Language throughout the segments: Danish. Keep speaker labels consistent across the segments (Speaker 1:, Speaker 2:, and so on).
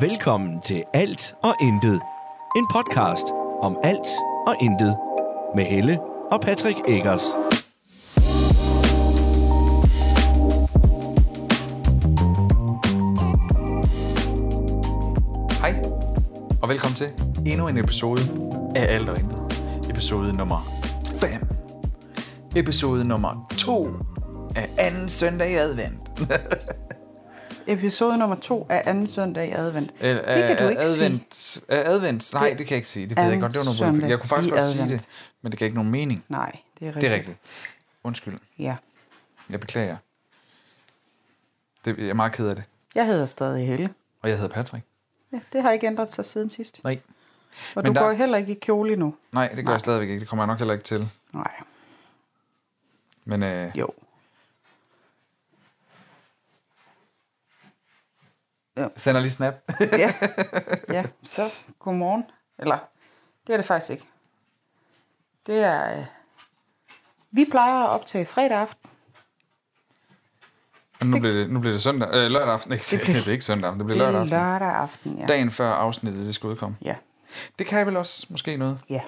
Speaker 1: Velkommen til Alt og Intet. En podcast om alt og intet. Med Helle og Patrick Eggers.
Speaker 2: Hej, og velkommen til endnu en episode af Alt og Intet. Episode nummer 5. Episode nummer 2 af anden søndag i advent.
Speaker 3: Episode nummer to af anden søndag i advent.
Speaker 2: Øh,
Speaker 3: det kan du
Speaker 2: øh,
Speaker 3: ikke sige.
Speaker 2: advent, sige. Advent, nej, det,
Speaker 3: Det
Speaker 2: kan jeg ikke sige. Det ved jeg
Speaker 3: anden
Speaker 2: godt, det var noget
Speaker 3: søndag
Speaker 2: udbrud. Jeg kunne faktisk
Speaker 3: i
Speaker 2: godt sige
Speaker 3: advent. Øh.
Speaker 2: det, men det gav ikke nogen mening.
Speaker 3: Nej, det er rigtigt.
Speaker 2: Det er rigtigt. Undskyld,
Speaker 3: Ja.
Speaker 2: jeg beklager. Det, jeg er meget ked af det.
Speaker 3: Jeg hedder stadig Helle.
Speaker 2: Og jeg hedder Patrick.
Speaker 3: Ja, det har ikke ændret sig siden sidst.
Speaker 2: Nej.
Speaker 3: Og
Speaker 2: Men
Speaker 3: du
Speaker 2: der-
Speaker 3: der... går heller ikke i kjole nu.
Speaker 2: Nej, det gør jeg stadigvæk ikke. Det kommer jeg nok heller ikke til.
Speaker 3: Nej,
Speaker 2: Men øh,
Speaker 3: jo.
Speaker 2: sender lige snap.
Speaker 3: Ja, ja. så godmorgen. Eller, det er det faktisk ikke. Det er... Øh... Vi plejer at optage fredag aften.
Speaker 2: Men nu, bliver det, nu bliver det søndag, øh, lørdag aften. Ikke, det, bliver, det er ikke søndag aften, det bliver
Speaker 3: Det er
Speaker 2: lørdag aften.
Speaker 3: lørdag aften, ja.
Speaker 2: Dagen før afsnittet det skal udkomme.
Speaker 3: Ja,
Speaker 2: Det kan vel også måske noget,
Speaker 3: ja.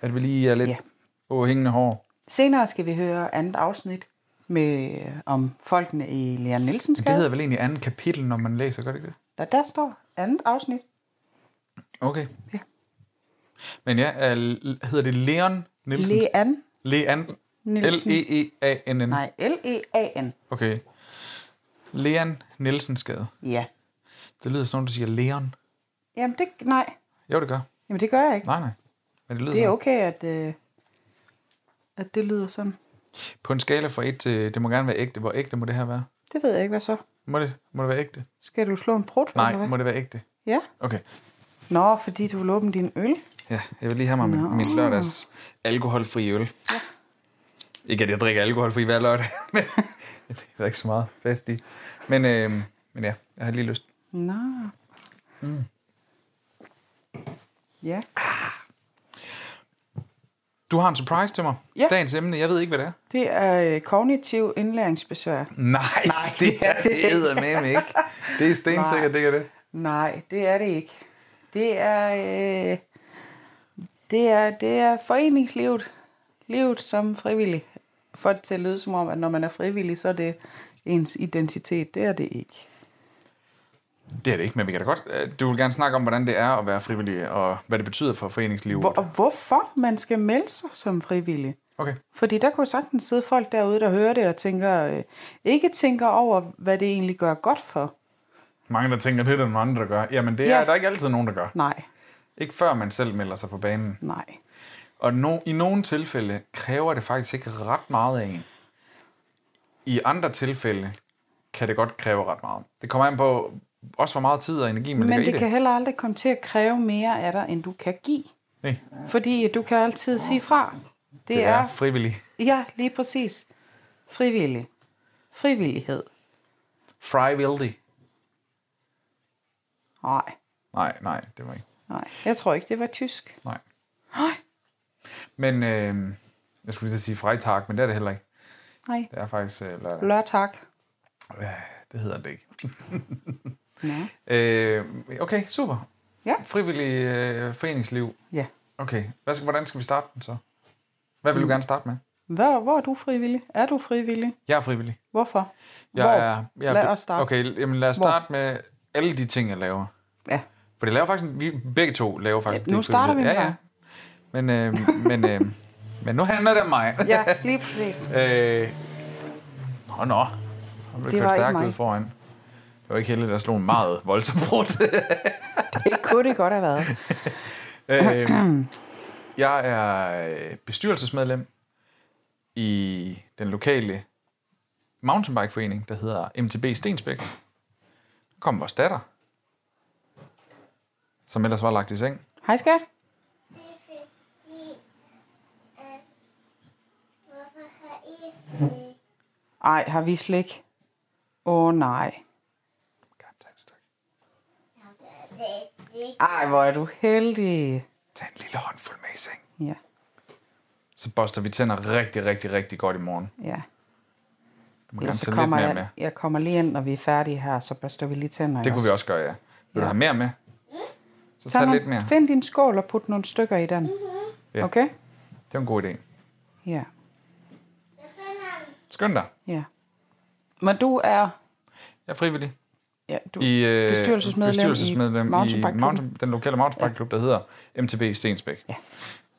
Speaker 2: at vi lige er lidt
Speaker 3: Ja.
Speaker 2: overhængende hår.
Speaker 3: Senere skal vi høre andet afsnit med øh, om folkene i Leon Nielsens
Speaker 2: Det hedder
Speaker 3: skade.
Speaker 2: vel egentlig andet kapitel, når man læser, gør det ikke det?
Speaker 3: Der, der står andet afsnit.
Speaker 2: Okay.
Speaker 3: Ja.
Speaker 2: Men ja, er, hedder det Leon Nielsen?
Speaker 3: Leon
Speaker 2: Leon
Speaker 3: Nielsen.
Speaker 2: L-E-E-A-N-N.
Speaker 3: Nej, L-E-A-N.
Speaker 2: Okay. Leon Nielsen skade.
Speaker 3: Ja.
Speaker 2: Det lyder som om, du siger Leon.
Speaker 3: Jamen, det, nej.
Speaker 2: Jo, det gør.
Speaker 3: Jamen, det gør jeg ikke.
Speaker 2: Nej, nej. Men det lyder
Speaker 3: Det er
Speaker 2: sådan.
Speaker 3: okay, at, øh, at det lyder sådan.
Speaker 2: På en skala fra 1 til, det må gerne være ægte. Hvor ægte må det her være?
Speaker 3: Det ved jeg ikke, hvad så.
Speaker 2: Må det, må det være ægte?
Speaker 3: Skal du slå en prut?
Speaker 2: Nej,
Speaker 3: eller hvad?
Speaker 2: må det være ægte?
Speaker 3: Ja.
Speaker 2: Okay.
Speaker 3: Nå, fordi du vil åbne din øl.
Speaker 2: Ja, jeg vil lige have mig min, min lørdags alkoholfri øl. Ja. Ikke, at jeg drikker alkoholfri hver lørdag, men det er der ikke så meget fast i. Men, øh, men ja, jeg har lige lyst.
Speaker 3: Nå. Mm. Ja.
Speaker 2: Du har en surprise til mig.
Speaker 3: Ja.
Speaker 2: Dagens emne, jeg ved ikke, hvad det er.
Speaker 3: Det er øh, kognitiv indlæringsbesvær.
Speaker 2: Nej, Nej det er det eddermame ikke. Det er stensikkert, det er det.
Speaker 3: Nej, det er det ikke. Det er, øh, det er, det er foreningslivet. Livet som frivillig. For det til at lyde som om, at når man er frivillig, så er det ens identitet. Det er det ikke.
Speaker 2: Det er det ikke, men vi kan da godt. øh, Du vil gerne snakke om, hvordan det er at være frivillig, og hvad det betyder for foreningslivet.
Speaker 3: Hvor, og hvorfor man skal melde sig som frivillig?
Speaker 2: Okay.
Speaker 3: Fordi der kunne sagtens sidde folk derude, der hører det og tænker, øh, ikke tænker over, hvad det egentlig gør godt for.
Speaker 2: Mange, der tænker, det er der nogle andre, der gør. Jamen, det er
Speaker 3: Ja.
Speaker 2: der er ikke altid nogen, der gør.
Speaker 3: Nej,
Speaker 2: Ikke før man selv melder sig på banen.
Speaker 3: nej.
Speaker 2: Og no, i nogle tilfælde kræver det faktisk ikke ret meget af en. I andre tilfælde kan det godt kræve ret meget. Det kommer an på også hvor meget tid og energi man
Speaker 3: Men
Speaker 2: lægger
Speaker 3: det
Speaker 2: i
Speaker 3: kan
Speaker 2: det.
Speaker 3: heller aldrig komme til at kræve mere af dig, end du kan give.
Speaker 2: Nej,
Speaker 3: Fordi du kan altid sige fra. Det,
Speaker 2: det
Speaker 3: er
Speaker 2: er frivillig.
Speaker 3: Ja, lige præcis. Frivillig. Frivillighed.
Speaker 2: Frivillig.
Speaker 3: Nej,
Speaker 2: Nej, nej, det var ikke.
Speaker 3: nej. Jeg tror ikke, det var tysk.
Speaker 2: Nej. Men øh, jeg skulle lige til at sige Freitag, men det er det heller ikke.
Speaker 3: Nej.
Speaker 2: Det er faktisk øh, lørdag.
Speaker 3: Lørdag.
Speaker 2: Det hedder det ikke.
Speaker 3: Ja.
Speaker 2: Øh, okay, super.
Speaker 3: Ja.
Speaker 2: Frivillig øh, foreningsliv.
Speaker 3: ja.
Speaker 2: Okay, Hvad skal, hvordan skal vi starte den så? Hvad
Speaker 3: Mm.
Speaker 2: vil du gerne starte med?
Speaker 3: Hvor, hvor er du frivillig? Er du frivillig?
Speaker 2: Jeg er frivillig.
Speaker 3: Hvorfor?
Speaker 2: Jeg
Speaker 3: hvor?
Speaker 2: er, jeg er,
Speaker 3: Lad os starte.
Speaker 2: Okay, jamen lad os
Speaker 3: Hvor?
Speaker 2: starte med alle de ting, jeg laver.
Speaker 3: Ja.
Speaker 2: For det laver faktisk, vi begge to laver faktisk...
Speaker 3: Ja, nu
Speaker 2: det
Speaker 3: starter vi
Speaker 2: frivillige.
Speaker 3: med
Speaker 2: ja, ja. Men, øh, men, øh, men nu handler det om mig.
Speaker 3: Ja, lige præcis.
Speaker 2: Øh, nå, nå. Han blev
Speaker 3: Det var
Speaker 2: kørt
Speaker 3: ikke
Speaker 2: stærkt
Speaker 3: mig.
Speaker 2: ud foran. Det var ikke heldigt, der slog en meget voldsom brudt.
Speaker 3: Det kunne det godt have været.
Speaker 2: øh, jeg er øh, bestyrelsesmedlem i den lokale mountainbikeforening, der hedder MTB Stensbæk. Der kom vores datter, som ellers var lagt i seng.
Speaker 3: Hej skat. Ej, har vi slik? Åh oh, nej.
Speaker 2: Kan jeg Tage et stykke?
Speaker 3: Ej, hvor er du heldig.
Speaker 2: Tag en lille håndfuld med i seng.
Speaker 3: Ja,
Speaker 2: Så børster vi tænder rigtig, rigtig, rigtig godt i morgen.
Speaker 3: ja.
Speaker 2: Du må gerne
Speaker 3: Ellers så
Speaker 2: tage lidt
Speaker 3: kommer
Speaker 2: mere med.
Speaker 3: jeg, jeg kommer lige ind, når vi er færdige her, så børster vi lige tænder.
Speaker 2: Det kunne vi også gøre, ja. Vil du have mere med? Så
Speaker 3: Tag
Speaker 2: tag
Speaker 3: nogle,
Speaker 2: lidt mere. Mm-hmm.
Speaker 3: Find din skål og put nogle stykker i den.
Speaker 2: Ja.
Speaker 3: Okay?
Speaker 2: Det var en god idé.
Speaker 3: Ja.
Speaker 2: Skynd dig.
Speaker 3: ja. Men du er
Speaker 2: Jeg er frivillig.
Speaker 3: ja, du,
Speaker 2: I, øh,
Speaker 3: bestyrelsesmedlem,
Speaker 2: bestyrelsesmedlem
Speaker 3: i
Speaker 2: i
Speaker 3: mountainbikeklubben.
Speaker 2: mountain, den lokale mountainbikeklub, der hedder MTB Stensbæk.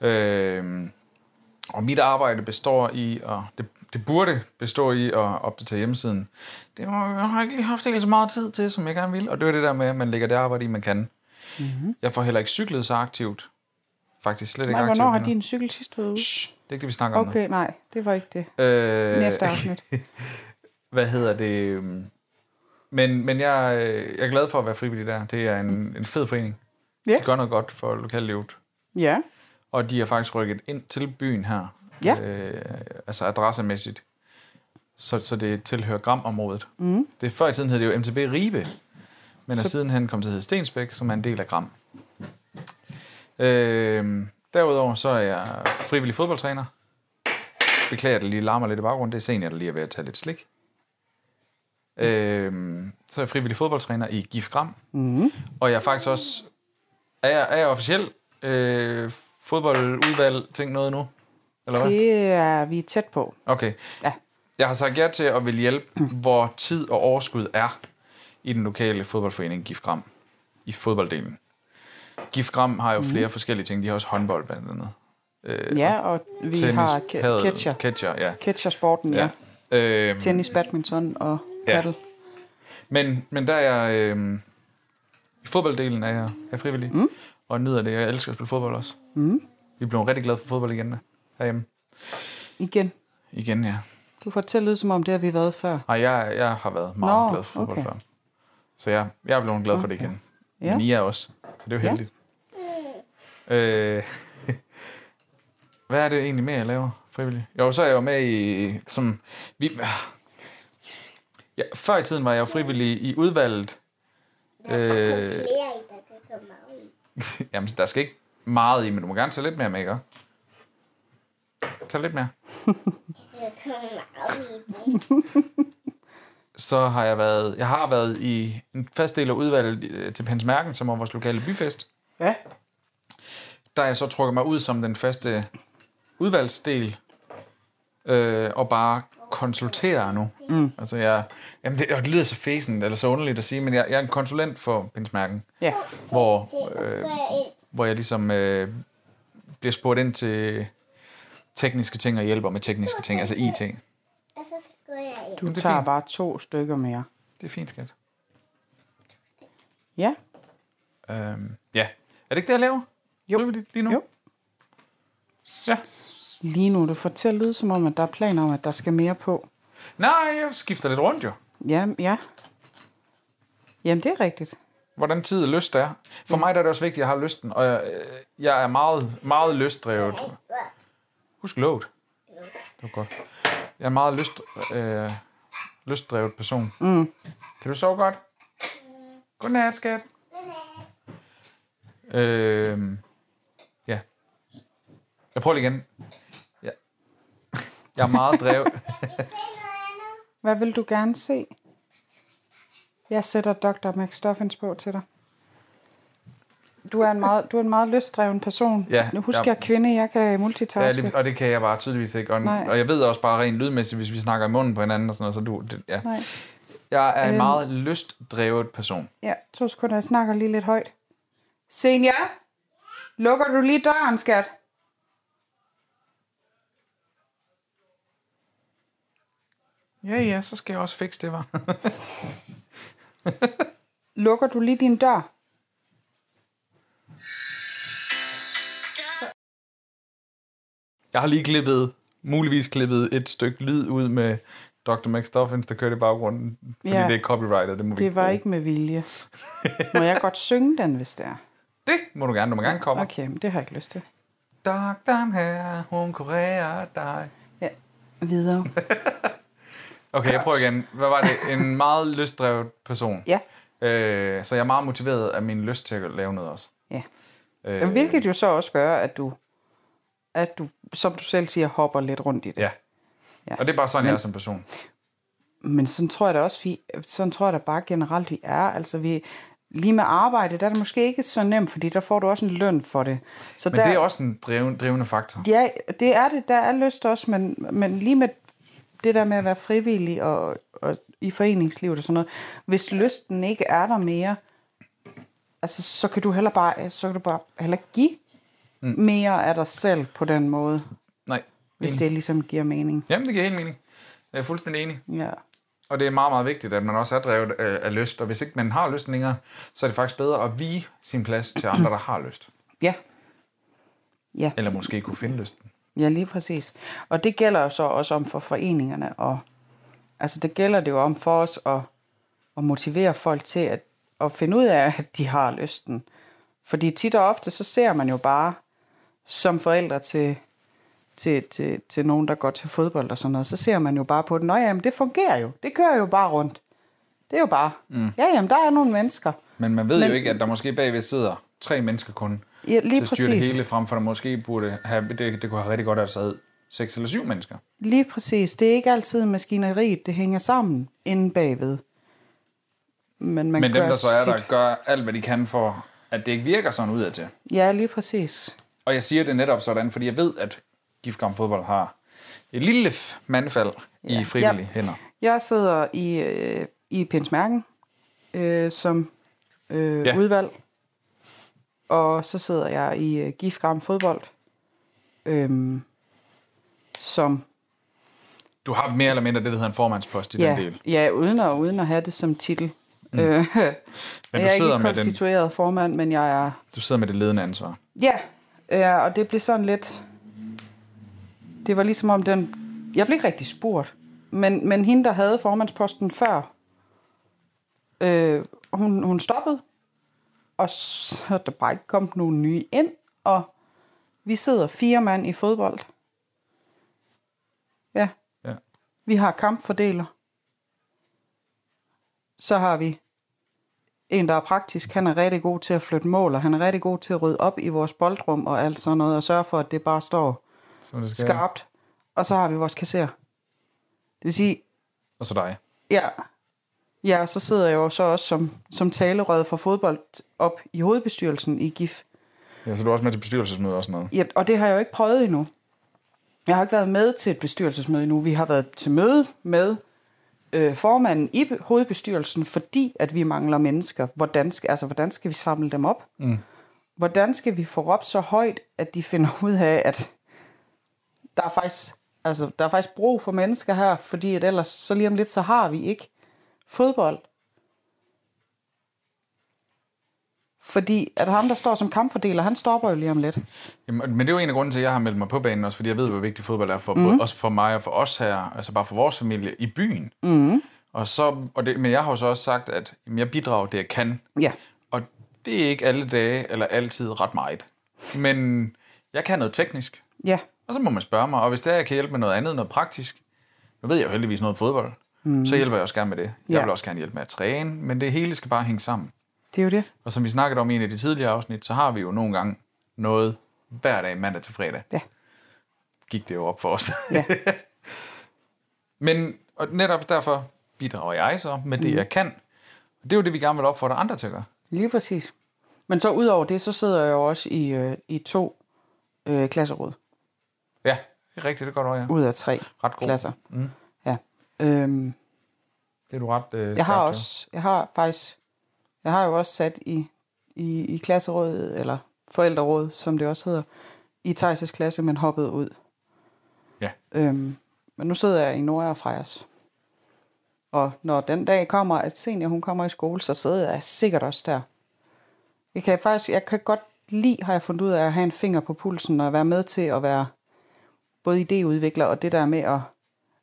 Speaker 2: Ja. Øh, og mit arbejde består i, og det, det burde bestå i at opdatere hjemmesiden. Det har jeg har ikke lige haft helt så meget tid til, som jeg gerne ville. Og det er det der med, at man lægger det arbejde i, man kan. Mm-hmm. Jeg får heller ikke cyklet så aktivt. Faktisk slet ikke
Speaker 3: Mhm. Nej,
Speaker 2: aktivt.
Speaker 3: hvornår har
Speaker 2: lige nu.
Speaker 3: din cykel sidst været ude?
Speaker 2: Shh, det er ikke det, vi snakker om
Speaker 3: Okay, nej, det var ikke det.
Speaker 2: nu. Øh,
Speaker 3: Næste afsnit.
Speaker 2: hvad hedder det? øhm, Men, men jeg, øh, jeg er glad for at være frivillig der. Det er en, en fed forening.
Speaker 3: Ja.
Speaker 2: De gør noget godt for lokallivet.
Speaker 3: Ja,
Speaker 2: Og de har faktisk rykket ind til byen her.
Speaker 3: Ja.
Speaker 2: Øh, altså adressemæssigt. Så, så det tilhører Gram-området. Mm. Det er før i tiden hed det jo MTB Ribe. Men er sidenhen kom til at hedde Stensbæk, som er en del af Gram. Øh, derudover så er jeg frivillig fodboldtræner. Beklager, at det lige larmer lidt i baggrunden. Det er senior, der lige er ved at tage lidt slik. Øh, så er jeg frivillig fodboldtræner i GIF Gram.
Speaker 3: Mhm.
Speaker 2: Mm. Og jeg er faktisk også... Er jeg, er jeg officiel øh, fodboldudvalg? Tænk noget nu? Eller hvad?
Speaker 3: det er vi tæt på.
Speaker 2: Okay.
Speaker 3: Ja.
Speaker 2: Jeg har sagt ja til at vil hjælpe, hvor tid og overskud er i den lokale fodboldforening GIF Gram, i fodbolddelen. GIF Gram har jo
Speaker 3: Mhm.
Speaker 2: mm. flere forskellige ting. De har også håndbold blandt andet. Øh,
Speaker 3: Ja, og vi
Speaker 2: tennis,
Speaker 3: har
Speaker 2: padel,
Speaker 3: ke- catcher.
Speaker 2: Catcher, ja.
Speaker 3: Catchersporten, ja.
Speaker 2: ja. Øhm,
Speaker 3: Tennis, badminton og
Speaker 2: Ja.
Speaker 3: paddle.
Speaker 2: men, men der er jeg... Øh, I fodbolddelen er jeg, er jeg frivillig. Mm. Og nyder det. Jeg elsker at spille fodbold også. Mm. Vi blev rigtig glade for fodbold igen herhjemme.
Speaker 3: Igen,
Speaker 2: Igen, ja.
Speaker 3: du får det til at lyde, som om det har vi været før.
Speaker 2: Nej, jeg, jeg har været meget
Speaker 3: Nå,
Speaker 2: Nå, glad for fodbold
Speaker 3: okay.
Speaker 2: okay. før. Så jeg, jeg er blevet glad for det igen.
Speaker 3: Ja.
Speaker 2: Ja. Men I er også, så det er jo
Speaker 3: Ja.
Speaker 2: heldigt. Øh, hvad er det egentlig mere, jeg laver frivilligt? Jo, så er jeg jo med i... Som, vi, ja, før i tiden var jeg jo frivillig i udvalget.
Speaker 4: Øh,
Speaker 2: Øh,
Speaker 4: flere i, der kan komme af i.
Speaker 2: jamen, der skal ikke meget i, men du må gerne tage lidt mere med, ikke? Tag lidt mere.
Speaker 4: Jeg kommer af i det.
Speaker 2: så har jeg været, jeg har været i en fast del af udvalget øh, til Pensmærken, som var vores lokale byfest.
Speaker 3: Ja.
Speaker 2: Der har jeg så trukket mig ud som den faste udvalgsdel, øh, og bare konsulterer nu. Mm. Altså jeg, jamen det, og det lyder så fæsent, eller så underligt at sige, men jeg, jeg er en konsulent for Pensmærken,
Speaker 3: Ja,
Speaker 2: hvor,
Speaker 4: Til at
Speaker 2: øh,
Speaker 4: spørge ind.
Speaker 2: hvor jeg ligesom øh, bliver spurgt ind til tekniske ting og hjælper med tekniske ting, altså IT.
Speaker 4: Og så går jeg ind.
Speaker 3: du
Speaker 2: det er
Speaker 3: tager
Speaker 2: fint.
Speaker 3: bare to stykker mere.
Speaker 2: Det er fint, skat.
Speaker 3: Ja,
Speaker 2: Øhm, ja. Er det ikke det, jeg laver?
Speaker 3: Jo.
Speaker 2: Frivilligt lige nu?
Speaker 3: Jo.
Speaker 2: Ja.
Speaker 3: lige nu, du får det til at lyde, som om at der er planer om, at der skal mere på.
Speaker 2: Nej, jeg skifter lidt rundt jo.
Speaker 3: Ja, ja. Jamen, det er rigtigt.
Speaker 2: Hvordan tid og lyst er. For mig der er det også vigtigt, at jeg har lysten, og jeg, øh, jeg er meget, meget lystdrevet. Husk lovet. Det var godt. Jeg er en meget lyst, øh, lystdrevet person. Mm. Kan du sove godt? Godnat, skat. Øhm, ja. Jeg prøver lige igen. Ja. Jeg er meget drevet.
Speaker 3: Hvad vil du gerne se? Jeg sætter Dr. McStuffins på til dig. Du er en meget, du er en meget lystdreven person.
Speaker 2: Ja,
Speaker 3: nu husker
Speaker 2: ja.
Speaker 3: jeg er kvinde, jeg kan multitaske.
Speaker 2: Ja, det, og det kan jeg bare tydeligvis ikke. Og,
Speaker 3: Nej.
Speaker 2: og jeg ved også bare rent lydmæssigt, hvis vi snakker i munden på hinanden og sådan noget, så du... Det, ja.
Speaker 3: Nej.
Speaker 2: Jeg er en
Speaker 3: Øhm.
Speaker 2: meget lystdrevet person.
Speaker 3: Ja, to sekunder. Jeg snakker lige lidt højt. Senja? Lukker du lige døren, skat?
Speaker 2: Ja, ja, så skal jeg også fikse det, var.
Speaker 3: Lukker du lige din dør?
Speaker 2: Jeg har lige klippet, muligvis klippet et stykke lyd ud med Dr. McStuffins, der kørte i baggrunden, fordi
Speaker 3: Ja.
Speaker 2: ja. det er copyrightet, det må vi
Speaker 3: Det var
Speaker 2: bruge.
Speaker 3: ikke med vilje. Må jeg godt synge den, hvis det er?
Speaker 2: Det må du gerne, du må gerne komme. Okay.
Speaker 3: Okay, men det har jeg ikke lyst til.
Speaker 2: Doktoren her, hun kurerer dig.
Speaker 3: Ja. Videre.
Speaker 2: Okay, jeg prøver igen. Hvad var det? En meget lystdrevet person.
Speaker 3: Ja.
Speaker 2: Øh, så jeg er meget motiveret af min lyst til at lave noget også.
Speaker 3: ja.
Speaker 2: Øh,
Speaker 3: Jamen, Hvilket jo så også gør, at du, at du, som du selv siger, hopper lidt rundt i det.
Speaker 2: Ja.
Speaker 3: Ja.
Speaker 2: ja. Og det er bare sådan, Men... jeg er som person.
Speaker 3: Men sådan tror jeg da også, vi, sådan tror jeg da bare generelt, vi er. Altså, vi, Lige med arbejde, der er det måske ikke så nemt, fordi der får du også en løn for det. Så
Speaker 2: Men
Speaker 3: der,
Speaker 2: det er også en drevne, drivende faktor.
Speaker 3: Ja, det er det. Der er lyst også, men, men lige med det der med at være frivillig og, og i foreningslivet og sådan noget, hvis lysten ikke er der mere, altså, så kan du heller bare, så kan du bare heller ikke give mm. mere af dig selv på den måde,
Speaker 2: Nej.
Speaker 3: hvis
Speaker 2: enig.
Speaker 3: det ligesom giver mening.
Speaker 2: Jamen, det giver helt mening. Jeg er fuldstændig enig.
Speaker 3: Ja.
Speaker 2: Og det er meget, meget vigtigt, at man også er drevet af, af lyst. Og hvis ikke man har lysten længere, så er det faktisk bedre at vige sin plads til andre, der har lyst.
Speaker 3: Ja. Ja.
Speaker 2: Eller måske kunne finde lysten.
Speaker 3: Ja, lige præcis. Og det gælder jo så også om for foreningerne. Og, altså det gælder det jo om for os at, at motivere folk til at, at finde ud af, at de har lysten. Fordi tit og ofte, så ser man jo bare som forældre til, til, til, til nogen, der går til fodbold og sådan noget, så ser man jo bare på det. Nå ja, men det fungerer jo. Det kører jo bare rundt. Det er jo bare. Mm. Ja, jamen, der er nogle mennesker.
Speaker 2: Men man ved Men,
Speaker 3: Men-
Speaker 2: jo ikke, at der måske bagved sidder tre mennesker kun
Speaker 3: Ja, lige
Speaker 2: til at styre det
Speaker 3: præcis.
Speaker 2: hele, frem for der måske burde have, det, det kunne have rigtig godt, at der sad seks eller syv mennesker.
Speaker 3: Lige præcis. Det er ikke altid maskineriet, det hænger sammen inde bagved. Men, man
Speaker 2: Men dem,
Speaker 3: gør
Speaker 2: der så er der,
Speaker 3: sit-
Speaker 2: gør alt, hvad de kan for, at det ikke virker sådan udadtil.
Speaker 3: Ja, lige præcis.
Speaker 2: Og jeg siger det netop sådan, fordi jeg ved, at Giftgram Fodbold har et lille f- mandfald ja. i frivillige ja. hænder.
Speaker 3: Jeg sidder i, øh, i Pinsmærken øh, som øh,
Speaker 2: Ja.
Speaker 3: ja. udvalg, og så sidder jeg i øh, Gifgram Fodbold, øh, som
Speaker 2: Du har mere eller mindre det, der hedder en formandspost i ja.
Speaker 3: ja,
Speaker 2: den del.
Speaker 3: ja, uden, at, uden at have det som titel. Mm. Øh, jeg er
Speaker 2: sidder
Speaker 3: ikke
Speaker 2: med den-
Speaker 3: konstitueret den... formand, men jeg er
Speaker 2: Du sidder med det ledende ansvar.
Speaker 3: Ja, ja, og det blev sådan lidt... Det var ligesom om den... Jeg blev ikke rigtig spurgt. Men, men hende, der havde formandsposten før, øh, hun, hun stoppede. Og så er der bare ikke kommet nogen nye ind. Og vi sidder fire mand i fodbold. Ja,
Speaker 2: Ja.
Speaker 3: vi har kampfordeler. Så har vi en, der er praktisk. Han er rigtig god til at flytte mål, og han er rigtig god til at rydde op i vores boldrum og alt sådan noget, og sørge for, at det bare står
Speaker 2: Som det skal.
Speaker 3: skarpt. Og så har vi vores kasser. Det vil sige,
Speaker 2: Og så dig.
Speaker 3: ja, ja så sidder jeg jo så også som, som talerød for fodbold op i hovedbestyrelsen i GIF.
Speaker 2: Ja, så du er også med til bestyrelsesmøder og sådan noget.
Speaker 3: Ja, og det har jeg jo ikke prøvet endnu. Jeg har ikke været med til et bestyrelsesmøde endnu. Vi har været til møde med øh, formanden i be- hovedbestyrelsen, fordi at vi mangler mennesker. Hvordan skal, altså, hvordan skal vi samle dem op? Mm. Hvordan skal vi få råbt så højt, at de finder ud af, at der er faktisk, altså, der er faktisk brug for mennesker her, fordi at ellers så lige om lidt, så har vi ikke fodbold. Fordi at ham, der står som kampfordeler, han stopper jo lige om lidt.
Speaker 2: Jamen, men det er jo en af grunden til, at jeg har meldt mig på banen også, fordi jeg ved, hvor vigtigt fodbold er
Speaker 3: Mhm.
Speaker 2: for, mm. også for mig og for os her, altså bare for vores familie i byen.
Speaker 3: Mhm.
Speaker 2: Mm. Og så, og det, men jeg har jo så også sagt, at jamen, jeg bidrager det, jeg kan.
Speaker 3: Ja.
Speaker 2: Og det er ikke alle dage eller altid ret meget. Men jeg kan noget teknisk,
Speaker 3: Ja,
Speaker 2: og så må man spørge mig. Og hvis det er, jeg kan hjælpe med noget andet, noget praktisk, nu ved jeg jo heldigvis noget om fodbold, mm. så hjælper jeg også gerne med det. Jeg
Speaker 3: Mhm. Ja.
Speaker 2: vil også gerne hjælpe med at træne, men det hele skal bare hænge sammen.
Speaker 3: det er jo det.
Speaker 2: Og som vi snakkede om i en af de tidligere afsnit, så har vi jo nogle gange noget hver dag mandag til fredag.
Speaker 3: Ja.
Speaker 2: Gik det jo op for os.
Speaker 3: Ja.
Speaker 2: Men og netop derfor bidrager jeg så med det,
Speaker 3: Mhm.
Speaker 2: jeg kan. Og det er jo det, vi gerne vil opfordre andre til at gøre.
Speaker 3: Lige præcis. Men så ud over det, så sidder jeg jo også i, øh, i to øh, klasseråd.
Speaker 2: Ja, det er rigtigt, det går du over, ja.
Speaker 3: Ud af tre
Speaker 2: Ret god.
Speaker 3: klasser. Mm. Ja. Øhm,
Speaker 2: Det er du ret øh,
Speaker 3: jeg
Speaker 2: skarp
Speaker 3: har
Speaker 2: til.
Speaker 3: også, jeg har faktisk, jeg har jo også sat i, i, i klasserådet, eller forældreråd, som det også hedder, i Thijs' klasse, men hoppede ud.
Speaker 2: Ja.
Speaker 3: Øhm, men nu sidder jeg i Nora og Frejas. Og når den dag kommer, at senior hun kommer i skole, så sidder jeg sikkert også der. Jeg kan faktisk, jeg kan godt lide, har jeg fundet ud af, at have en finger på pulsen og være med til at være både idéudvikler og det der med at...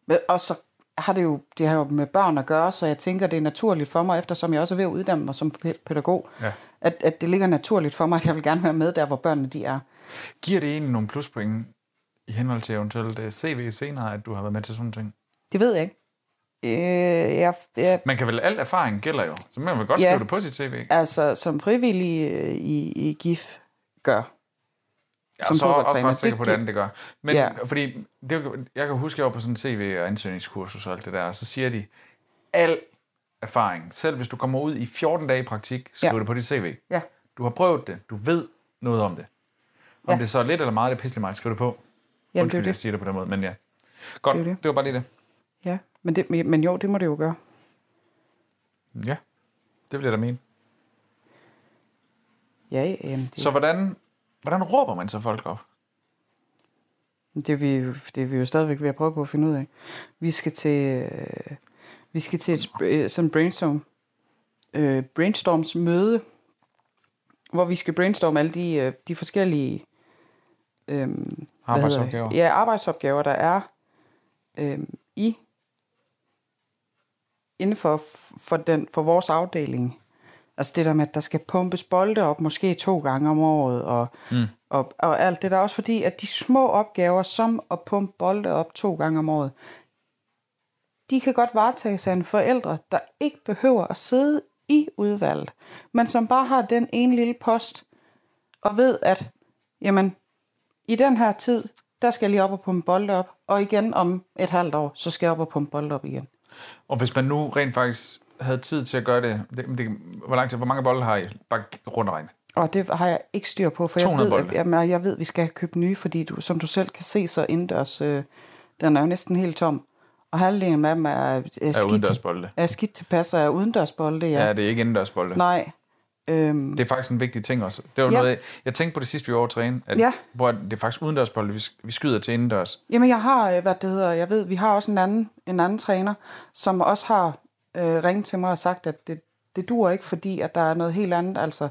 Speaker 3: med- Og så har det jo, det har jo med børn at gøre, så jeg tænker, det er naturligt for mig, eftersom jeg også er ved at uddanne mig som pæ- pædagog,
Speaker 2: Ja.
Speaker 3: at, at det ligger naturligt for mig, at jeg vil gerne være med der, hvor børnene de er.
Speaker 2: Giver det egentlig nogle pluspoint i henhold til eventuelt øh, CV senere, at du har været med til sådan nogle ting?
Speaker 3: Det ved jeg ikke. Øh, jeg, jeg,
Speaker 2: Man kan vel, al erfaring gælder jo, så man vil godt
Speaker 3: Ja.
Speaker 2: skrive det på sit CV. Ja,
Speaker 3: altså som frivillig øh, i, i GIF gør. som
Speaker 2: så er jeg også
Speaker 3: fodboldtræner.
Speaker 2: ret sikker
Speaker 3: Det-
Speaker 2: på, hvordan det gør. Men ja.
Speaker 3: Ja.
Speaker 2: fordi, det, er jo- jeg kan huske, at jeg var på sådan en CV- og ansøgningskursus og alt det der, og så siger de, al erfaring. Selv hvis du kommer ud i 14 dage i praktik, skriv
Speaker 3: Ja.
Speaker 2: det på dit CV.
Speaker 3: Ja.
Speaker 2: Du har prøvet det. Du ved noget om det. Om
Speaker 3: Ja.
Speaker 2: det så er lidt eller meget, det er pisselig meget. Skriv det på.
Speaker 3: Jamen,
Speaker 2: Undskyld,
Speaker 3: det er
Speaker 2: jeg
Speaker 3: det.
Speaker 2: siger det på den måde, men ja. Godt,
Speaker 3: Det er
Speaker 2: det,
Speaker 3: jo
Speaker 2: det.
Speaker 3: det.
Speaker 2: det var bare lige det.
Speaker 3: Ja, men, det, men men jo, det må det jo gøre.
Speaker 2: Ja, det vil jeg da mene.
Speaker 3: Ja, jamen, det,
Speaker 2: Så hvordan, hvordan råber man så folk op?
Speaker 3: det, er vi, jo- det er vi jo stadigvæk ved at prøve på at finde ud af. Vi skal til, øh, vi skal til et sp- øh, sådan brainstorm, øh, brainstorms møde, hvor vi skal brainstorme alle de, øh, de forskellige øh,
Speaker 2: Arbejdsopgaver.
Speaker 3: Ja, arbejdsopgaver, der er øh, i inden for, for, den, for vores afdeling. Altså det der med, at der skal pumpes bolde op måske to gange om året, og, mm. og, og alt det der. Også fordi, at de små opgaver, som at pumpe bolde op to gange om året, de kan godt varetages af en forældre, der ikke behøver at sidde i udvalget, men som bare har den ene lille post, og ved, at jamen, i den her tid, der skal jeg lige op og pumpe bolde op, og igen om et halvt år, så skal jeg op og pumpe bolde op igen.
Speaker 2: Og hvis man nu rent faktisk havde tid til at gøre det, det, det hvor, lang tid, hvor mange bolde har I? Bare rundt og regne.
Speaker 3: Og det har jeg ikke styr på, for jeg
Speaker 2: 200
Speaker 3: ved, at,
Speaker 2: bolde.
Speaker 3: jamen, jeg ved, at vi skal købe nye, fordi du, som du selv kan se, så indendørs, øh, den er jo næsten helt tom. Og halvdelen af dem er, er, skidt,
Speaker 2: udendørsbolde.
Speaker 3: er skidt tilpas og er udendørsbolde, ja.
Speaker 2: Ja,
Speaker 3: ja.
Speaker 2: det er ikke indendørsbolde.
Speaker 3: Nej. Øhm,
Speaker 2: Det er faktisk en vigtig ting også. Det var
Speaker 3: Ja.
Speaker 2: ja. noget, jeg tænkte på det sidste, vi var over at træne, at,
Speaker 3: Ja.
Speaker 2: hvor det er faktisk udendørsbolde, vi, vi skyder til indendørs.
Speaker 3: Jamen, jeg har, øh, hvad det hedder, jeg ved, vi har også en anden, en anden træner, som også har øh, ringet til mig og sagt, at det, det dur ikke, fordi at der er noget helt andet. Altså,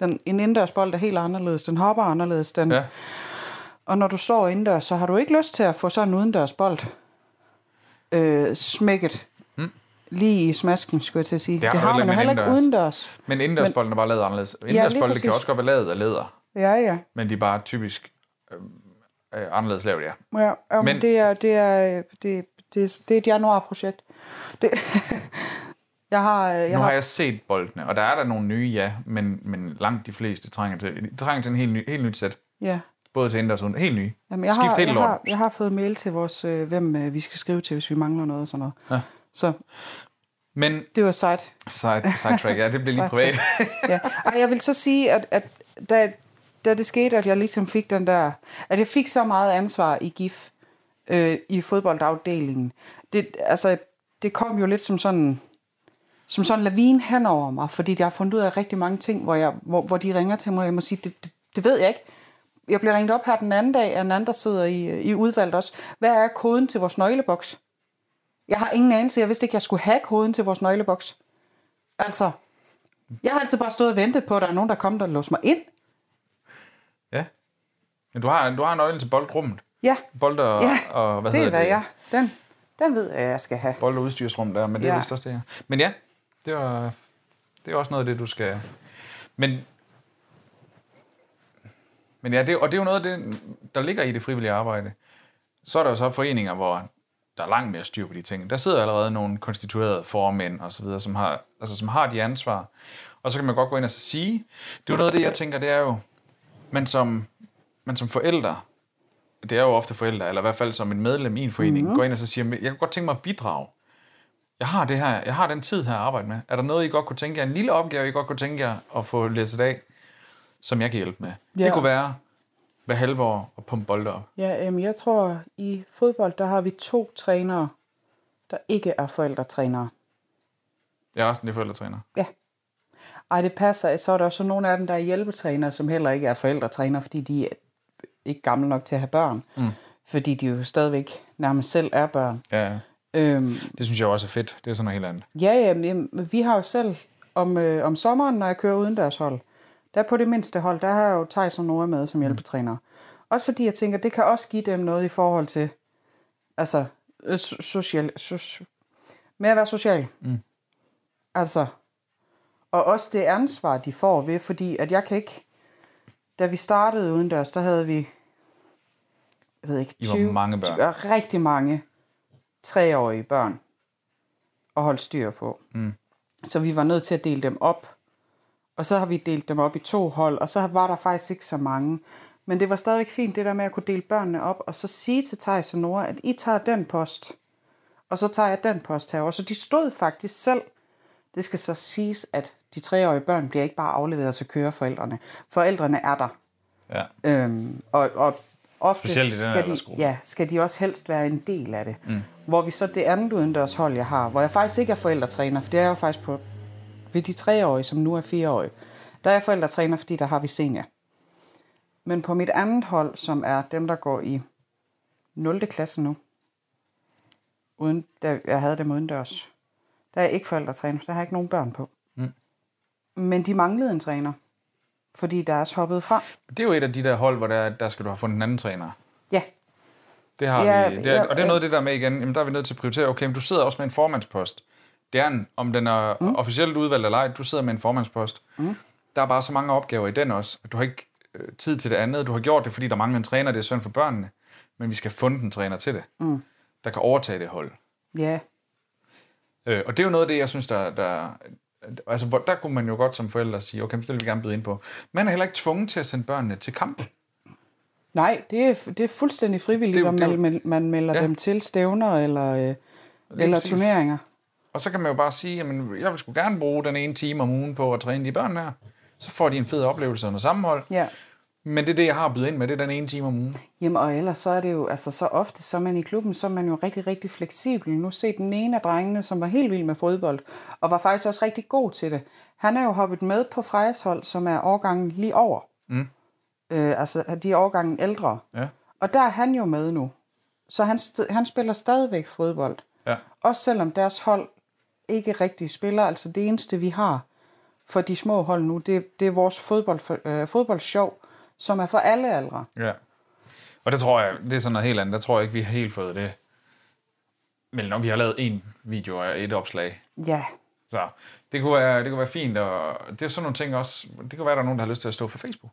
Speaker 3: den, en indendørsbold er helt anderledes, den hopper anderledes. Den,
Speaker 2: Ja.
Speaker 3: Og når du står indendørs, så har du ikke lyst til at få sådan en udendørsbold øh, smækket mm. lige i smasken, skulle jeg til at sige.
Speaker 2: Det har du
Speaker 3: har
Speaker 2: heller
Speaker 3: man jo
Speaker 2: ikke
Speaker 3: heller
Speaker 2: med
Speaker 3: ikke udendørs.
Speaker 2: Men indendørsbolden er bare lavet anderledes. Indendørsbolde kan
Speaker 3: præcis.
Speaker 2: også godt være lavet af læder,
Speaker 3: Ja, ja.
Speaker 2: men de er bare typisk øh, øh, anderledes lavet, ja.
Speaker 3: Ja, ja men,
Speaker 2: Men-
Speaker 3: det er, det er, øh, det, det, det er et januarprojekt. Det, jeg har, øh, jeg
Speaker 2: Nu
Speaker 3: har
Speaker 2: har jeg set boldene, og der er der nogle nye, ja, men, men langt de fleste trænger til, de trænger til en helt, ny, helt nyt sæt.
Speaker 3: Ja.
Speaker 2: Både til indendørs og uden- helt nye.
Speaker 3: Jamen, jeg,
Speaker 2: Skift
Speaker 3: har,
Speaker 2: helt
Speaker 3: jeg,
Speaker 2: lort.
Speaker 3: har, jeg har fået mail til vores, øh, hvem øh, vi skal skrive til, hvis vi mangler noget og sådan noget. Ja. Så
Speaker 2: Men
Speaker 3: det var sejt.
Speaker 2: side, sidetrack, ja, det bliver lige
Speaker 3: Sejt.
Speaker 2: privat.
Speaker 3: ja. Og jeg vil så sige, at, at da, da det skete, at jeg ligesom fik den der... At jeg fik så meget ansvar i GIF, øh, i fodboldafdelingen. Det, altså, det kom jo lidt som sådan som sådan en lavine hen over mig, fordi jeg har fundet ud af rigtig mange ting, hvor, jeg, hvor, hvor de ringer til mig, og jeg må sige, det, det, det ved jeg ikke. Jeg bliver ringet op her den anden dag, af en anden, der sidder i, i udvalget også. Hvad er koden til vores nøgleboks? Jeg har ingen anelse, jeg vidste ikke, jeg skulle have koden til vores nøgleboks. Altså, jeg har altid bare stået og ventet på, at der er nogen, der kom, der låser mig ind.
Speaker 2: ja. Men du har, du har nøglen til boldrummet.
Speaker 3: Ja,
Speaker 2: Bold og,
Speaker 3: ja
Speaker 2: og hvad
Speaker 3: det er,
Speaker 2: hedder
Speaker 3: hvad
Speaker 2: det?
Speaker 3: jeg... Den, den ved jeg, jeg skal have.
Speaker 2: bold- og udstyrsrum der, men det er
Speaker 3: Ja.
Speaker 2: vist også det her. Men ja, det var, det er også noget af det, du skal... Men, men ja, det, og det er jo noget af det, der ligger i det frivillige arbejde. Så er der jo så foreninger, hvor der er langt mere styr på de ting. Der sidder allerede nogle konstituerede formænd og så videre, som har, altså, som har de ansvar. Og så kan man godt gå ind og så sige, det er jo noget af det, jeg tænker, det er jo, man som, man som forældre, det er jo ofte forældre, eller i hvert fald som en medlem i en forening, mm-hmm. går ind og så siger, jeg kunne godt tænke mig at bidrage. Jeg har, det her, jeg har den tid her at arbejde med. Er der noget, I godt kunne tænke jer, en lille opgave, I godt kunne tænke jer at få læst af, som jeg kan hjælpe med? Ja.
Speaker 3: Ja.
Speaker 2: Det kunne være hver halve år at pumpe bolde op.
Speaker 3: Ja, øhm, jeg tror, i fodbold, der har vi to trænere, der ikke er forældretrænere.
Speaker 2: Jeg er resten af forældretræner.
Speaker 3: Ja. Ej, det passer. Så er der også nogle af dem, der er hjælpetrænere, som heller ikke er forældretrænere, fordi de er ikke gamle nok til at have børn. Mm. Fordi de jo stadigvæk nærmest selv er børn.
Speaker 2: Ja, ja.
Speaker 3: Øhm,
Speaker 2: det synes jeg også er fedt. Det er sådan noget helt andet.
Speaker 3: Ja, ja, men, jamen, vi har jo selv om, øh, om sommeren, når jeg kører udendørshold, der på det mindste hold, der har jeg jo Thijs og Nora med som hjælpetræner. Også fordi jeg tænker, det kan også give dem noget i forhold til, altså, øh, so- social, so- med at være social. Mm. Altså, og også det ansvar, de får ved, fordi at jeg kan ikke, da vi startede udendørs, der havde vi, jeg ved ikke,
Speaker 2: I var
Speaker 3: 20,
Speaker 2: mange børn.
Speaker 3: 20 rigtig mange treårige børn at holde styr på. Mm. Så vi var nødt til at dele dem op. Og så har vi delt dem op i to hold, og så var der faktisk ikke så mange. Men det var stadigvæk fint, det der med at kunne dele børnene op, og så sige til Thijs og Nora, at I tager den post, og så tager jeg den post herover. Så de stod faktisk selv Det skal så siges, at de treårige børn bliver ikke bare afleveret, og så kører forældrene. Forældrene er der.
Speaker 2: Ja.
Speaker 3: Øhm, og, og ofte
Speaker 2: Specielt i den her
Speaker 3: skal, de,
Speaker 2: aldersgruppe.
Speaker 3: ja, skal de også helst være en del af det. Mm. Hvor vi så det andet udendørs hold, jeg har, hvor jeg faktisk ikke er forældretræner, for det er jeg jo faktisk på ved de treårige, som nu er fireårige. Der er jeg forældretræner, fordi der har vi senior. Men på mit andet hold, som er dem, der går i 0. klasse nu, uden, da jeg havde dem udendørs, der er jeg ikke forældretræner, for der har jeg ikke nogen børn på. Mm. Men de manglede en træner, fordi deres hoppede fra.
Speaker 2: Det er jo et af de der hold, hvor der, der skal du have fundet en anden træner.
Speaker 3: Ja,
Speaker 2: Det har
Speaker 3: Ja,
Speaker 2: ja, vi. Det er,
Speaker 3: ja,
Speaker 2: ja, og det er noget af det der med igen, jamen der er vi nødt til at prioritere, okay, men du sidder også med en formandspost. Det er en, om den er mm. officielt udvalgt eller ej, du sidder med en formandspost. Mm. Der er bare så mange opgaver i den også. Du har ikke øh, tid til det andet. Du har gjort det, fordi der mangler en træner, det er synd for børnene. Men vi skal have fundet en træner til det, mm. der kan overtage det hold.
Speaker 3: ja,
Speaker 2: Øh, og det er jo noget af det, jeg synes, der... der altså, hvor, der kunne man jo godt som forældre sige, okay, men det vil vi gerne byde ind på. Man er heller ikke tvunget til at sende børnene til kamp.
Speaker 3: Nej, det er, det er fuldstændig frivilligt,
Speaker 2: Det er
Speaker 3: det,
Speaker 2: jo-
Speaker 3: om
Speaker 2: det er jo-
Speaker 3: man, mel- man melder ja.
Speaker 2: Ja.
Speaker 3: dem til stævner eller, øh, eller
Speaker 2: præcis.
Speaker 3: turneringer.
Speaker 2: Og så kan man jo bare sige, jamen, jeg vil sgu gerne bruge den ene time om ugen på at træne de børn her. Så får de en fed oplevelse under sammenhold.
Speaker 3: Ja.
Speaker 2: Men det er det, jeg har at byde ind med, det er den ene time om ugen.
Speaker 3: Jamen, og ellers så er det jo, altså så ofte, så er man i klubben, så er man jo rigtig, rigtig fleksibel. Nu se den ene af drengene, som var helt vild med fodbold, og var faktisk også rigtig god til det. Han er jo hoppet med på Frejas hold, som er årgangen lige over. Mm. Øh, altså, de er årgangen ældre.
Speaker 2: Ja.
Speaker 3: Og der er han jo med nu. Så han, st- han spiller stadigvæk fodbold.
Speaker 2: Ja.
Speaker 3: Også selvom deres hold ikke rigtig spiller. Altså det eneste, vi har for de små hold nu, det, det er vores fodbold, øh, fodboldshow, som er for alle aldre.
Speaker 2: ja. Og det tror jeg, det er sådan noget helt andet. Der tror jeg ikke, vi har helt fået det. Men når vi har lavet en video og et opslag.
Speaker 3: Ja,
Speaker 2: Så det kunne være, det kunne være fint, og det er sådan nogle ting også. Det kunne være, der er nogen, der har lyst til at stå for Facebook.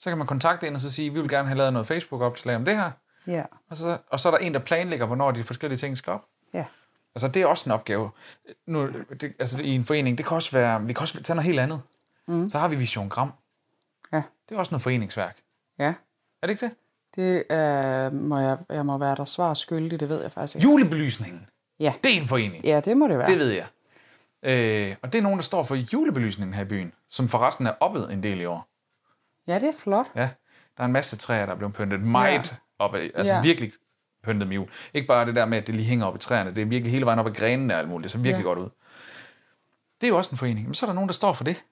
Speaker 2: Så kan man kontakte en og så sige, vi vil gerne have lavet noget Facebook-opslag om det her.
Speaker 3: ja,
Speaker 2: Og så, og så er der en, der planlægger, hvornår de forskellige ting skal op.
Speaker 3: ja.
Speaker 2: Altså, det er også en opgave. Nu, det, altså, det, i en forening, det kan også være, vi kan også tage noget helt andet. Mm. Så har vi Vision Gram.
Speaker 3: Ja,
Speaker 2: Det er også noget foreningsværk.
Speaker 3: ja.
Speaker 2: Er det ikke det?
Speaker 3: Det øh, må jeg, jeg må være der svar skyldig, det ved jeg faktisk ikke.
Speaker 2: Julebelysningen.
Speaker 3: Ja,
Speaker 2: Det er en forening.
Speaker 3: ja det må det være.
Speaker 2: Det ved jeg. Øh, og det er nogen, der står for julebelysningen her i byen, som forresten er oppet en del i år.
Speaker 3: Ja, det er flot.
Speaker 2: Ja, der er en masse træer, der er blevet pyntet meget ja. op af, altså
Speaker 3: Ja.
Speaker 2: ja. virkelig pyntet med jul. Ikke bare det der med, at det lige hænger op i træerne, det er virkelig hele vejen op ad grenene og alt muligt, det ser virkelig
Speaker 3: Ja.
Speaker 2: ja. godt ud. Det er jo også en forening. Men så er der nogen, der står for det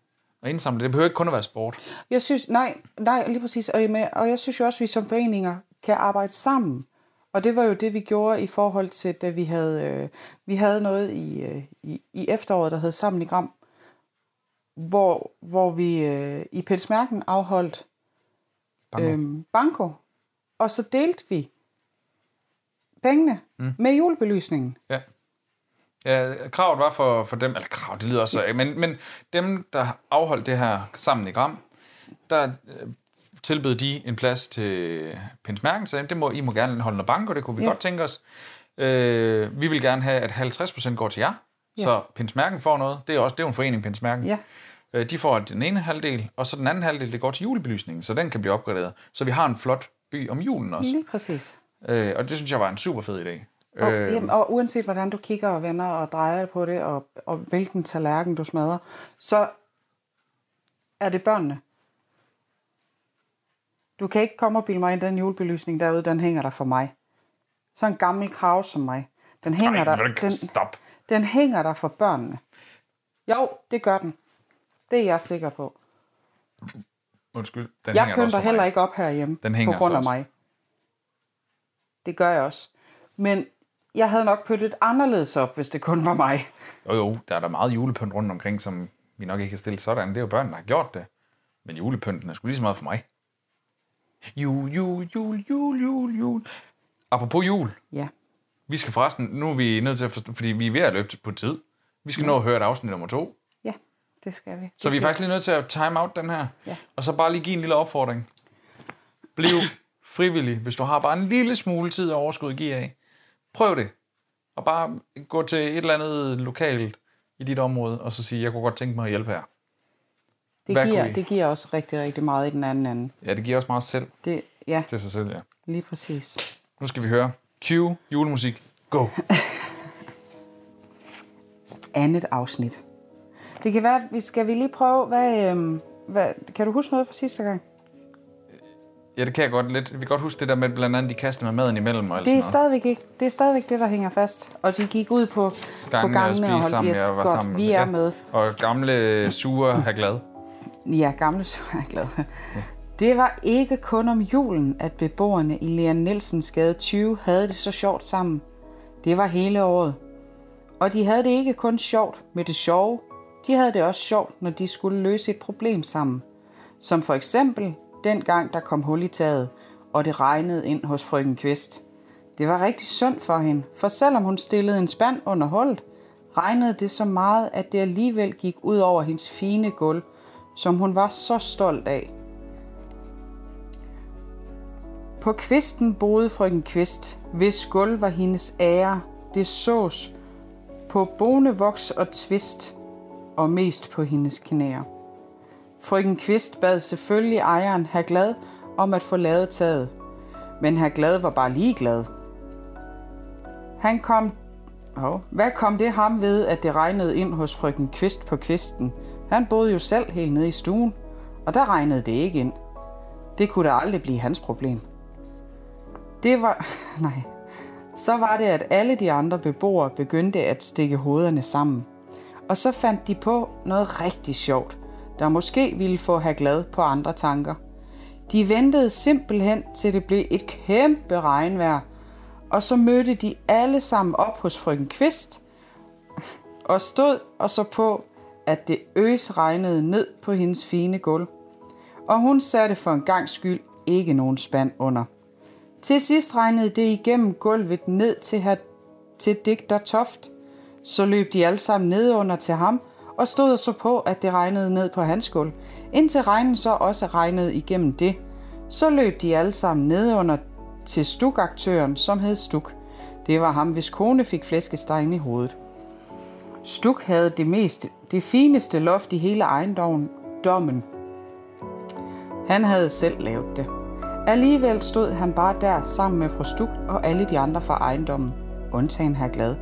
Speaker 2: og indsamler det. Det behøver ikke kun at være sport.
Speaker 3: Jeg synes, nej, nej, lige præcis. Og, med, og jeg synes jo også, at vi som foreninger kan arbejde sammen. Og det var jo det, vi gjorde i forhold til, da vi havde, øh, vi havde noget i, øh, i, i efteråret, der hed Sammen i Gram, hvor, hvor vi øh, i Pelsmærken afholdt
Speaker 2: Banko.
Speaker 3: øh, banko, og så delte vi pengene mm. med julebelysningen.
Speaker 2: Ja. ja. Kravet var for, for dem, eller krav, det lyder også, så- men, men dem, der afholdt det her sammen i Gram, der øh, tilbød de en plads til Pins Mærken, sagde, det må, I må gerne holde noget banko, det kunne vi
Speaker 3: Ja.
Speaker 2: ja. godt tænke os. Øh, vi vil gerne have, at 50% går til jer, ja. så Pins Mærken får noget. Det er, også, det er jo en forening, Pins Mærken.
Speaker 3: Ja.
Speaker 2: Øh, de får den ene halvdel, og så den anden halvdel, det går til julebelysningen, så den kan blive opgraderet. Så vi har en flot by om julen også.
Speaker 3: Lige præcis.
Speaker 2: Øh, og det synes jeg var en super fed idé.
Speaker 3: Og, øh, jamen, og uanset hvordan du kigger og vender og drejer på det, og, og hvilken tallerken du smadrer, så er det børnene. Du kan ikke komme og bilde mig ind, den julebelysning derude, den hænger der for mig. Så en gammel krav som mig. Den hænger,
Speaker 2: Ej,
Speaker 3: der,
Speaker 2: vel,
Speaker 3: den,
Speaker 2: stop.
Speaker 3: den hænger der for børnene. Jo, det gør den. Det er jeg sikker på.
Speaker 2: Undskyld, den
Speaker 3: jeg
Speaker 2: hænger der også for
Speaker 3: pynter
Speaker 2: mig.
Speaker 3: heller ikke op herhjemme
Speaker 2: Den hænger
Speaker 3: på grund
Speaker 2: altså
Speaker 3: af
Speaker 2: også.
Speaker 3: mig. Det gør jeg også. Men jeg havde nok pyntet anderledes op, hvis det kun var mig.
Speaker 2: Jo jo, der er der meget julepynt rundt omkring, som vi nok ikke kan stille sådan. Det er jo børn, der har gjort det. Men julepynten er sgu lige så meget for mig. Jul, jul, jul, jul, jul, jul. Apropos jul.
Speaker 3: Ja,
Speaker 2: Vi skal forresten, nu er vi nødt til at forstå, fordi vi er ved at løbe på tid. Vi skal nå at høre et afsnit nummer to.
Speaker 3: ja, det skal vi.
Speaker 2: Så vi er faktisk lige nødt til at time out den her.
Speaker 3: Ja.
Speaker 2: Og så bare lige give en lille opfordring. Bliv frivillig, hvis du har bare en lille smule tid og overskud at give af. Prøv det. Og bare gå til et eller andet lokalt i dit område, og så sige, jeg kunne godt tænke mig at hjælpe her.
Speaker 3: det,
Speaker 2: hvad
Speaker 3: giver,
Speaker 2: kunne vi-
Speaker 3: det giver også rigtig, rigtig meget i den anden ende.
Speaker 2: Ja, det giver også meget selv
Speaker 3: Det, ja,
Speaker 2: til sig selv, ja.
Speaker 3: lige præcis.
Speaker 2: Nu skal vi høre Q, julemusik, go.
Speaker 3: andet afsnit. Det kan være, vi skal vi lige prøve, hvad, øhm, hvad, kan du huske noget fra sidste gang?
Speaker 2: Ja, det kan jeg godt lidt. Vi kan godt huske det der med, blandt andet de kaster med maden imellem og alt
Speaker 3: Det er
Speaker 2: sådan noget.
Speaker 3: stadigvæk ikke. Det er stadigvæk det, der hænger fast. Og de gik ud på
Speaker 2: Gangene
Speaker 3: på
Speaker 2: og
Speaker 3: gangene
Speaker 2: spise
Speaker 3: og holdt
Speaker 2: sammen,
Speaker 3: yes,
Speaker 2: jeg var
Speaker 3: godt.
Speaker 2: sammen med-
Speaker 3: Vi er
Speaker 2: ja.
Speaker 3: med.
Speaker 2: Og gamle, sure er glad.
Speaker 3: Ja, gamle så er jeg glad. Det var ikke kun om julen, at beboerne i Leon Nielsens gade 20 havde det så sjovt sammen. Det var hele året. Og de havde det ikke kun sjovt med det sjove, de havde det også sjovt, når de skulle løse et problem sammen. Som for eksempel dengang, der kom hul i taget, og det regnede ind hos frøken Kvist. Det var rigtig synd for hende, for selvom hun stillede en spand under hullet, regnede det så meget, at det alligevel gik ud over hendes fine gulv, som hun var så stolt af. På kvisten boede frøken Kvist, hvis gulv var hendes ære. Det sås på bonevoks og tvist, og mest på hendes knæer. Frøken Kvist bad selvfølgelig ejeren herr Glad om at få lavet taget. Men herr Glad var bare ligeglad. Han kom... Oh. Hvad kom det ham ved, at det regnede ind hos frøken Kvist på kvisten? Han boede jo selv helt nede i stuen, og der regnede det ikke ind. Det kunne da aldrig blive hans problem. Det var... Nej. Så var det, at alle de andre beboere begyndte at stikke hovederne sammen. Og så fandt de på noget rigtig sjovt, der måske ville få have glad på andre tanker. De ventede simpelthen til det blev et kæmpe regnvejr, og så mødte de alle sammen op hos frøken Kvist og stod og så på, at det øs regnede ned på hendes fine gulv. Og hun satte for en gang skyld ikke nogen spand under. Til sidst regnede det igennem gulvet ned til, her, til digter Toft. Så løb de alle sammen ned under til ham, og stod og så på, at det regnede ned på hans gulv, indtil regnen så også regnede igennem det. Så løb de alle sammen ned under til stukaktøren, som hed Stuk. Det var ham, hvis kone fik flæskestegen i hovedet. Stuk havde det mest, det fineste loft i hele ejendommen, dommen. Han havde selv lavet det. Alligevel stod han bare der sammen med fru Stuk og alle de andre fra ejendommen, undtagen her glad,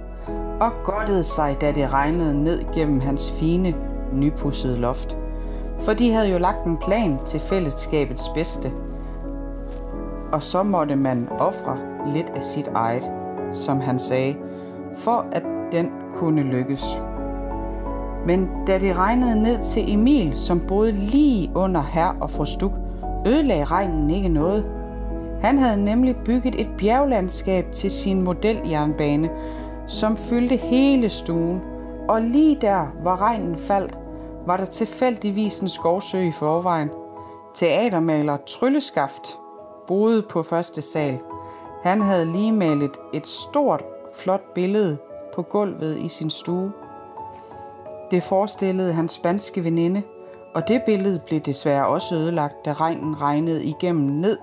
Speaker 3: og godtede sig, da det regnede ned gennem hans fine, nypussede loft. For de havde jo lagt en plan til fællesskabets bedste. Og så måtte man ofre lidt af sit eget, som han sagde, for at den kunne lykkes. Men da det regnede ned til Emil, som boede lige under herr og fru Stuk, ødelagde regnen ikke noget. Han havde nemlig bygget et bjerglandskab til sin modeljernbane, som fyldte hele stuen, og lige der, hvor regnen faldt, var der tilfældigvis en skovsø i forvejen. Teatermaler Trylleskaft boede på første sal. Han havde lige malet et stort, flot billede på gulvet i sin stue. Det forestillede hans spanske veninde, og det billede blev desværre også ødelagt, da regnen regnede igennem ned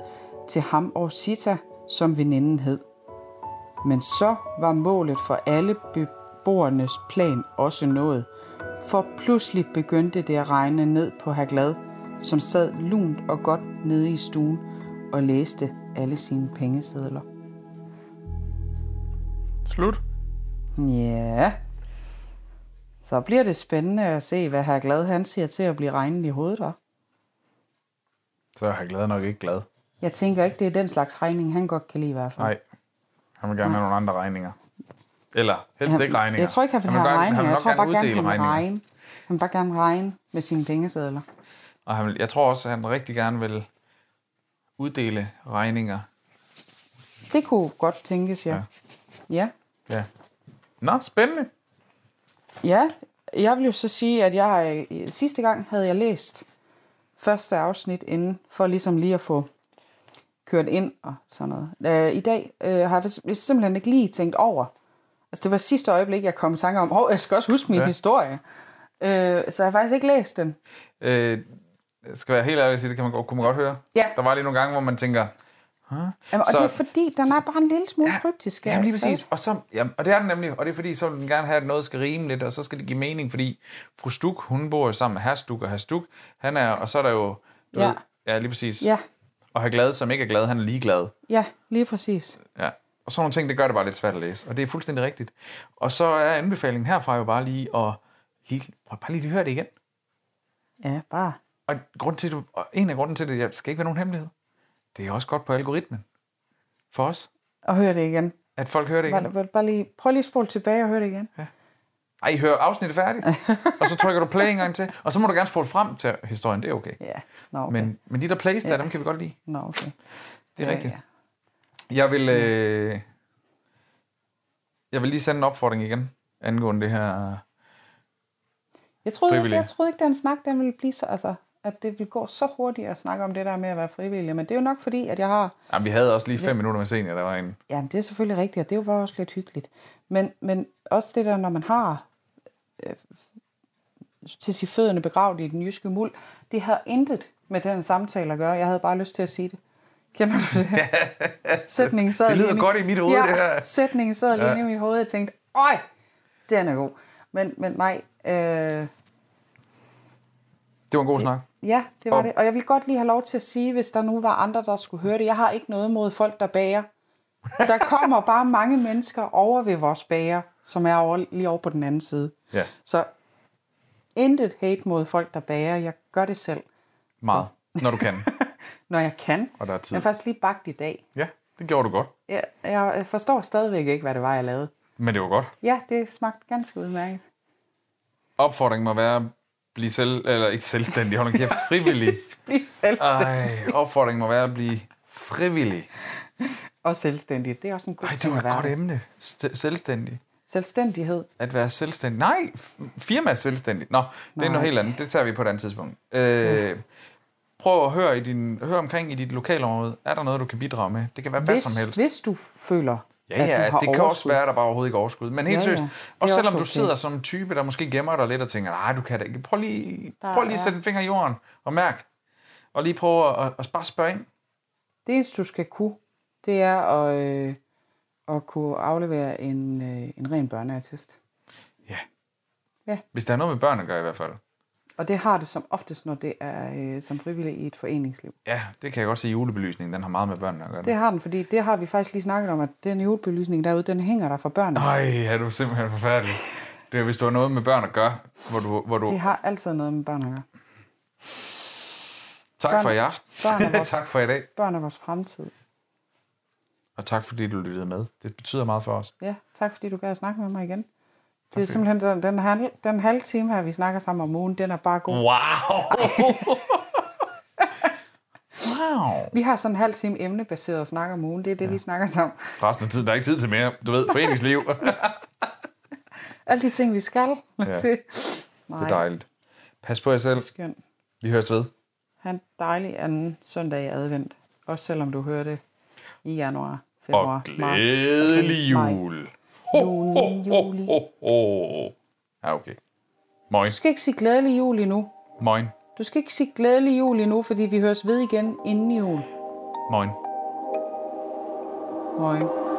Speaker 3: til ham og Sita, som veninden hed. Men så var målet for alle beboernes plan også nået, for pludselig begyndte det at regne ned på Haglad, som sad lunt og godt nede i stuen og læste alle sine pengesedler.
Speaker 2: Slut.
Speaker 3: Ja. Så bliver det spændende at se, hvad herr Glad han siger til at blive regnet i hovedet op.
Speaker 2: Så er jeg glad nok ikke glad.
Speaker 3: Jeg tænker ikke, det er den slags regning, han godt kan lide i hvert fald.
Speaker 2: Nej. Han vil gerne have nogle andre regninger. Eller helst ikke regninger.
Speaker 3: Ah. Jeg tror ikke, han vil have
Speaker 2: gerne-
Speaker 3: regninger. Jeg
Speaker 2: nok
Speaker 3: tror bare gerne, han
Speaker 2: uddele
Speaker 3: vil
Speaker 2: regninger.
Speaker 3: regne. Han vil bare gerne regne med sine pengesedler.
Speaker 2: Og han vil, jeg tror også, at han rigtig gerne vil uddele regninger.
Speaker 3: Det kunne godt tænkes, ja. Ja.
Speaker 2: Ja. Nå, spændende.
Speaker 3: Ja, jeg vil jo så sige, at jeg øh, sidste gang havde jeg læst første afsnit inden, for ligesom lige at få kørt ind og sådan noget. Øh, I dag øh, har jeg vis- simpelthen ikke lige tænkt over. Altså, det var sidste øjeblik, jeg kom i tanke om, hov, jeg skal også huske min ja. historie. Øh, så jeg har faktisk ikke læst den.
Speaker 2: Øh, jeg skal være helt ærlig og sige, det kan man, godt- kunne man godt høre.
Speaker 3: Ja.
Speaker 2: Der var lige nogle gange, hvor man tænker,
Speaker 3: Jamen, og
Speaker 2: Så-
Speaker 3: så, det er fordi, den er bare en lille smule ja, kryptisk.
Speaker 2: Jamen lige
Speaker 3: skrevet.
Speaker 2: præcis. Og, så, jamen, og det er den nemlig. Og det er fordi, så vil den gerne have, at noget skal rime lidt, og så skal det give mening, fordi fru Stuk, hun bor jo sammen med herr Stuk, og herr Stuk, han er, og så er der jo... Du
Speaker 3: Ja.
Speaker 2: Ved, ja, lige præcis.
Speaker 3: Ja,
Speaker 2: Og herr Glad, som ikke er glad, han er ligeglad.
Speaker 3: ja, lige præcis.
Speaker 2: Ja. Og sådan nogle ting, det gør det bare lidt svært at læse. Og det er fuldstændig rigtigt. Og så er anbefalingen herfra jo bare lige at lige, prøv bare lige at høre det igen.
Speaker 3: Ja, bare.
Speaker 2: Og, grund til, du, og en af grunden til det, jeg skal ikke være nogen hemmelighed, det er også godt på algoritmen. For os.
Speaker 3: Og hør det igen.
Speaker 2: At folk hører det igen.
Speaker 3: Bare, bare lige, prøv lige at spole tilbage og hør det igen.
Speaker 2: Ej, I hører afsnittet færdigt, og så trykker du play en gang til, og så må du gerne spole frem til historien, det er okay.
Speaker 3: Ja, nå okay.
Speaker 2: Men, men de der plays der, dem kan vi godt lide.
Speaker 3: nå, okay.
Speaker 2: Det er
Speaker 3: Ja,
Speaker 2: rigtigt. Jeg vil, øh, jeg vil lige sende en opfordring igen, angående det her.
Speaker 3: Jeg troede, ikke,
Speaker 2: Frivillige.
Speaker 3: jeg troede ikke, den snak den ville blive så... Altså, at det ville gå så hurtigt at snakke om det der med at være frivillig. Men det er jo nok fordi, at jeg har...
Speaker 2: Jamen, vi havde også lige fem minutter med senior, der var en...
Speaker 3: Jamen, det er selvfølgelig rigtigt, og det er jo bare også lidt hyggeligt. Men, men også det der, når man har øh, til sine fødderne begravet i den jyske muld, det havde intet med den samtale at gøre. Jeg havde bare lyst til at sige det. Kender du det? Sætningen sad
Speaker 2: Det lyder
Speaker 3: lige inde
Speaker 2: godt i mit hoved,
Speaker 3: ja,
Speaker 2: det her.
Speaker 3: sætningen sad lige ja. i mit hoved, og jeg tænkte, øj, den er god. Men, men nej, øh,
Speaker 2: Det var en god det. snak.
Speaker 3: Ja, det var
Speaker 2: Og-
Speaker 3: og... det. Og jeg vil godt lige have lov til at sige, hvis der nu var andre, der skulle høre det. Jeg har ikke noget mod folk, der bager. Der kommer bare mange mennesker over ved vores bager, som er over, lige over på den anden side.
Speaker 2: Ja.
Speaker 3: Så intet hate mod folk, der bager. Jeg gør det selv,
Speaker 2: Meget. Når du kan.
Speaker 3: når jeg kan.
Speaker 2: Og der er tid.
Speaker 3: Jeg har faktisk lige bagt i dag.
Speaker 2: Ja, det gjorde du godt.
Speaker 3: Jeg, jeg forstår stadigvæk ikke, hvad det var, jeg lavede.
Speaker 2: Men det var godt.
Speaker 3: Ja, det smagte ganske udmærket.
Speaker 2: Opfordringen må være at blive selv... Eller ikke selvstændig, hold nu kæft. Frivillig.
Speaker 3: Bliv selvstændig.
Speaker 2: Ej, opfordringen må være at blive frivillig.
Speaker 3: Og selvstændig. Det er også en god
Speaker 2: Ej, det
Speaker 3: ting
Speaker 2: var
Speaker 3: at
Speaker 2: et
Speaker 3: være.
Speaker 2: godt emne. St- selvstændig.
Speaker 3: Selvstændighed.
Speaker 2: At være selvstændig. Nej, f- firma er selvstændig. Nå, det er noget helt andet. Det tager vi på et andet tidspunkt. Øh, prøv at høre, i din, hør omkring i dit lokalområde. Er der noget, du kan bidrage med? Det kan være hvad som helst.
Speaker 3: hvis du føler,
Speaker 2: Ja,
Speaker 3: at
Speaker 2: ja,
Speaker 3: du har
Speaker 2: det kan også
Speaker 3: overskud.
Speaker 2: være, at der bare overhovedet ikke er overskud. Men helt ja,
Speaker 3: Ja, ja.
Speaker 2: seriøst,
Speaker 3: Det
Speaker 2: ja.
Speaker 3: er
Speaker 2: og selvom
Speaker 3: også
Speaker 2: du
Speaker 3: okay.
Speaker 2: sidder som en type, der måske gemmer dig lidt og tænker, nej, du kan da ikke. Prøv lige,
Speaker 3: Der
Speaker 2: prøv lige at
Speaker 3: er-
Speaker 2: sætte en finger i jorden og mærk. Og lige prøv at, at, at bare spørge ind.
Speaker 3: Det eneste, du skal kunne, det er at, øh, at kunne aflevere en, øh, en ren børneattest.
Speaker 2: Hvis der er noget med børn at gøre i hvert fald.
Speaker 3: Og det har det som oftest, når det er øh, som frivillig i et foreningsliv.
Speaker 2: Ja, det kan jeg godt se. Julebelysningen, den har meget med børn at gøre.
Speaker 3: Det har den, fordi det har vi faktisk lige snakket om, at den julebelysning derude, den hænger der for børnene.
Speaker 2: Nej, er du simpelthen forfærdelig. Det er, hvis du har noget med børn at gøre, hvor du... Hvor du
Speaker 3: Det har altid noget med børn at gøre.
Speaker 2: tak for i aften.
Speaker 3: børn er vores-
Speaker 2: tak for i dag.
Speaker 3: Børn er vores fremtid.
Speaker 2: Og tak fordi du lyttede med. Det betyder meget for os.
Speaker 3: Ja, tak fordi du gad at snakke med mig igen. Det er simpelthen sådan, den, halv, den halve time her, vi snakker sammen om ugen, den er bare god.
Speaker 2: Wow! wow!
Speaker 3: Vi har sådan en halv time emnebaseret at snakke om ugen, det er det, ja. vi snakker sammen.
Speaker 2: Resten af tiden, der er ikke tid til mere. Du ved, foreningsliv. det
Speaker 3: Alle de ting, vi skal. Ja. Det, nej,
Speaker 2: er dejligt. Pas på jer selv.
Speaker 3: skønt.
Speaker 2: Vi høres ved.
Speaker 3: Ha' en dejlig anden søndag i advent. Også selvom du hører det i januar, februar,
Speaker 2: Og
Speaker 3: marts.
Speaker 2: glædelig
Speaker 3: april, maj,
Speaker 2: jul.
Speaker 3: Juni, juli.
Speaker 2: Ho, ho. Ja, okay. Moin.
Speaker 3: Du skal ikke sige glædelig jul endnu.
Speaker 2: Moin.
Speaker 3: Du skal ikke sige glædelig jul endnu, fordi vi høres ved igen inden jul.
Speaker 2: Moin.
Speaker 3: Morgen.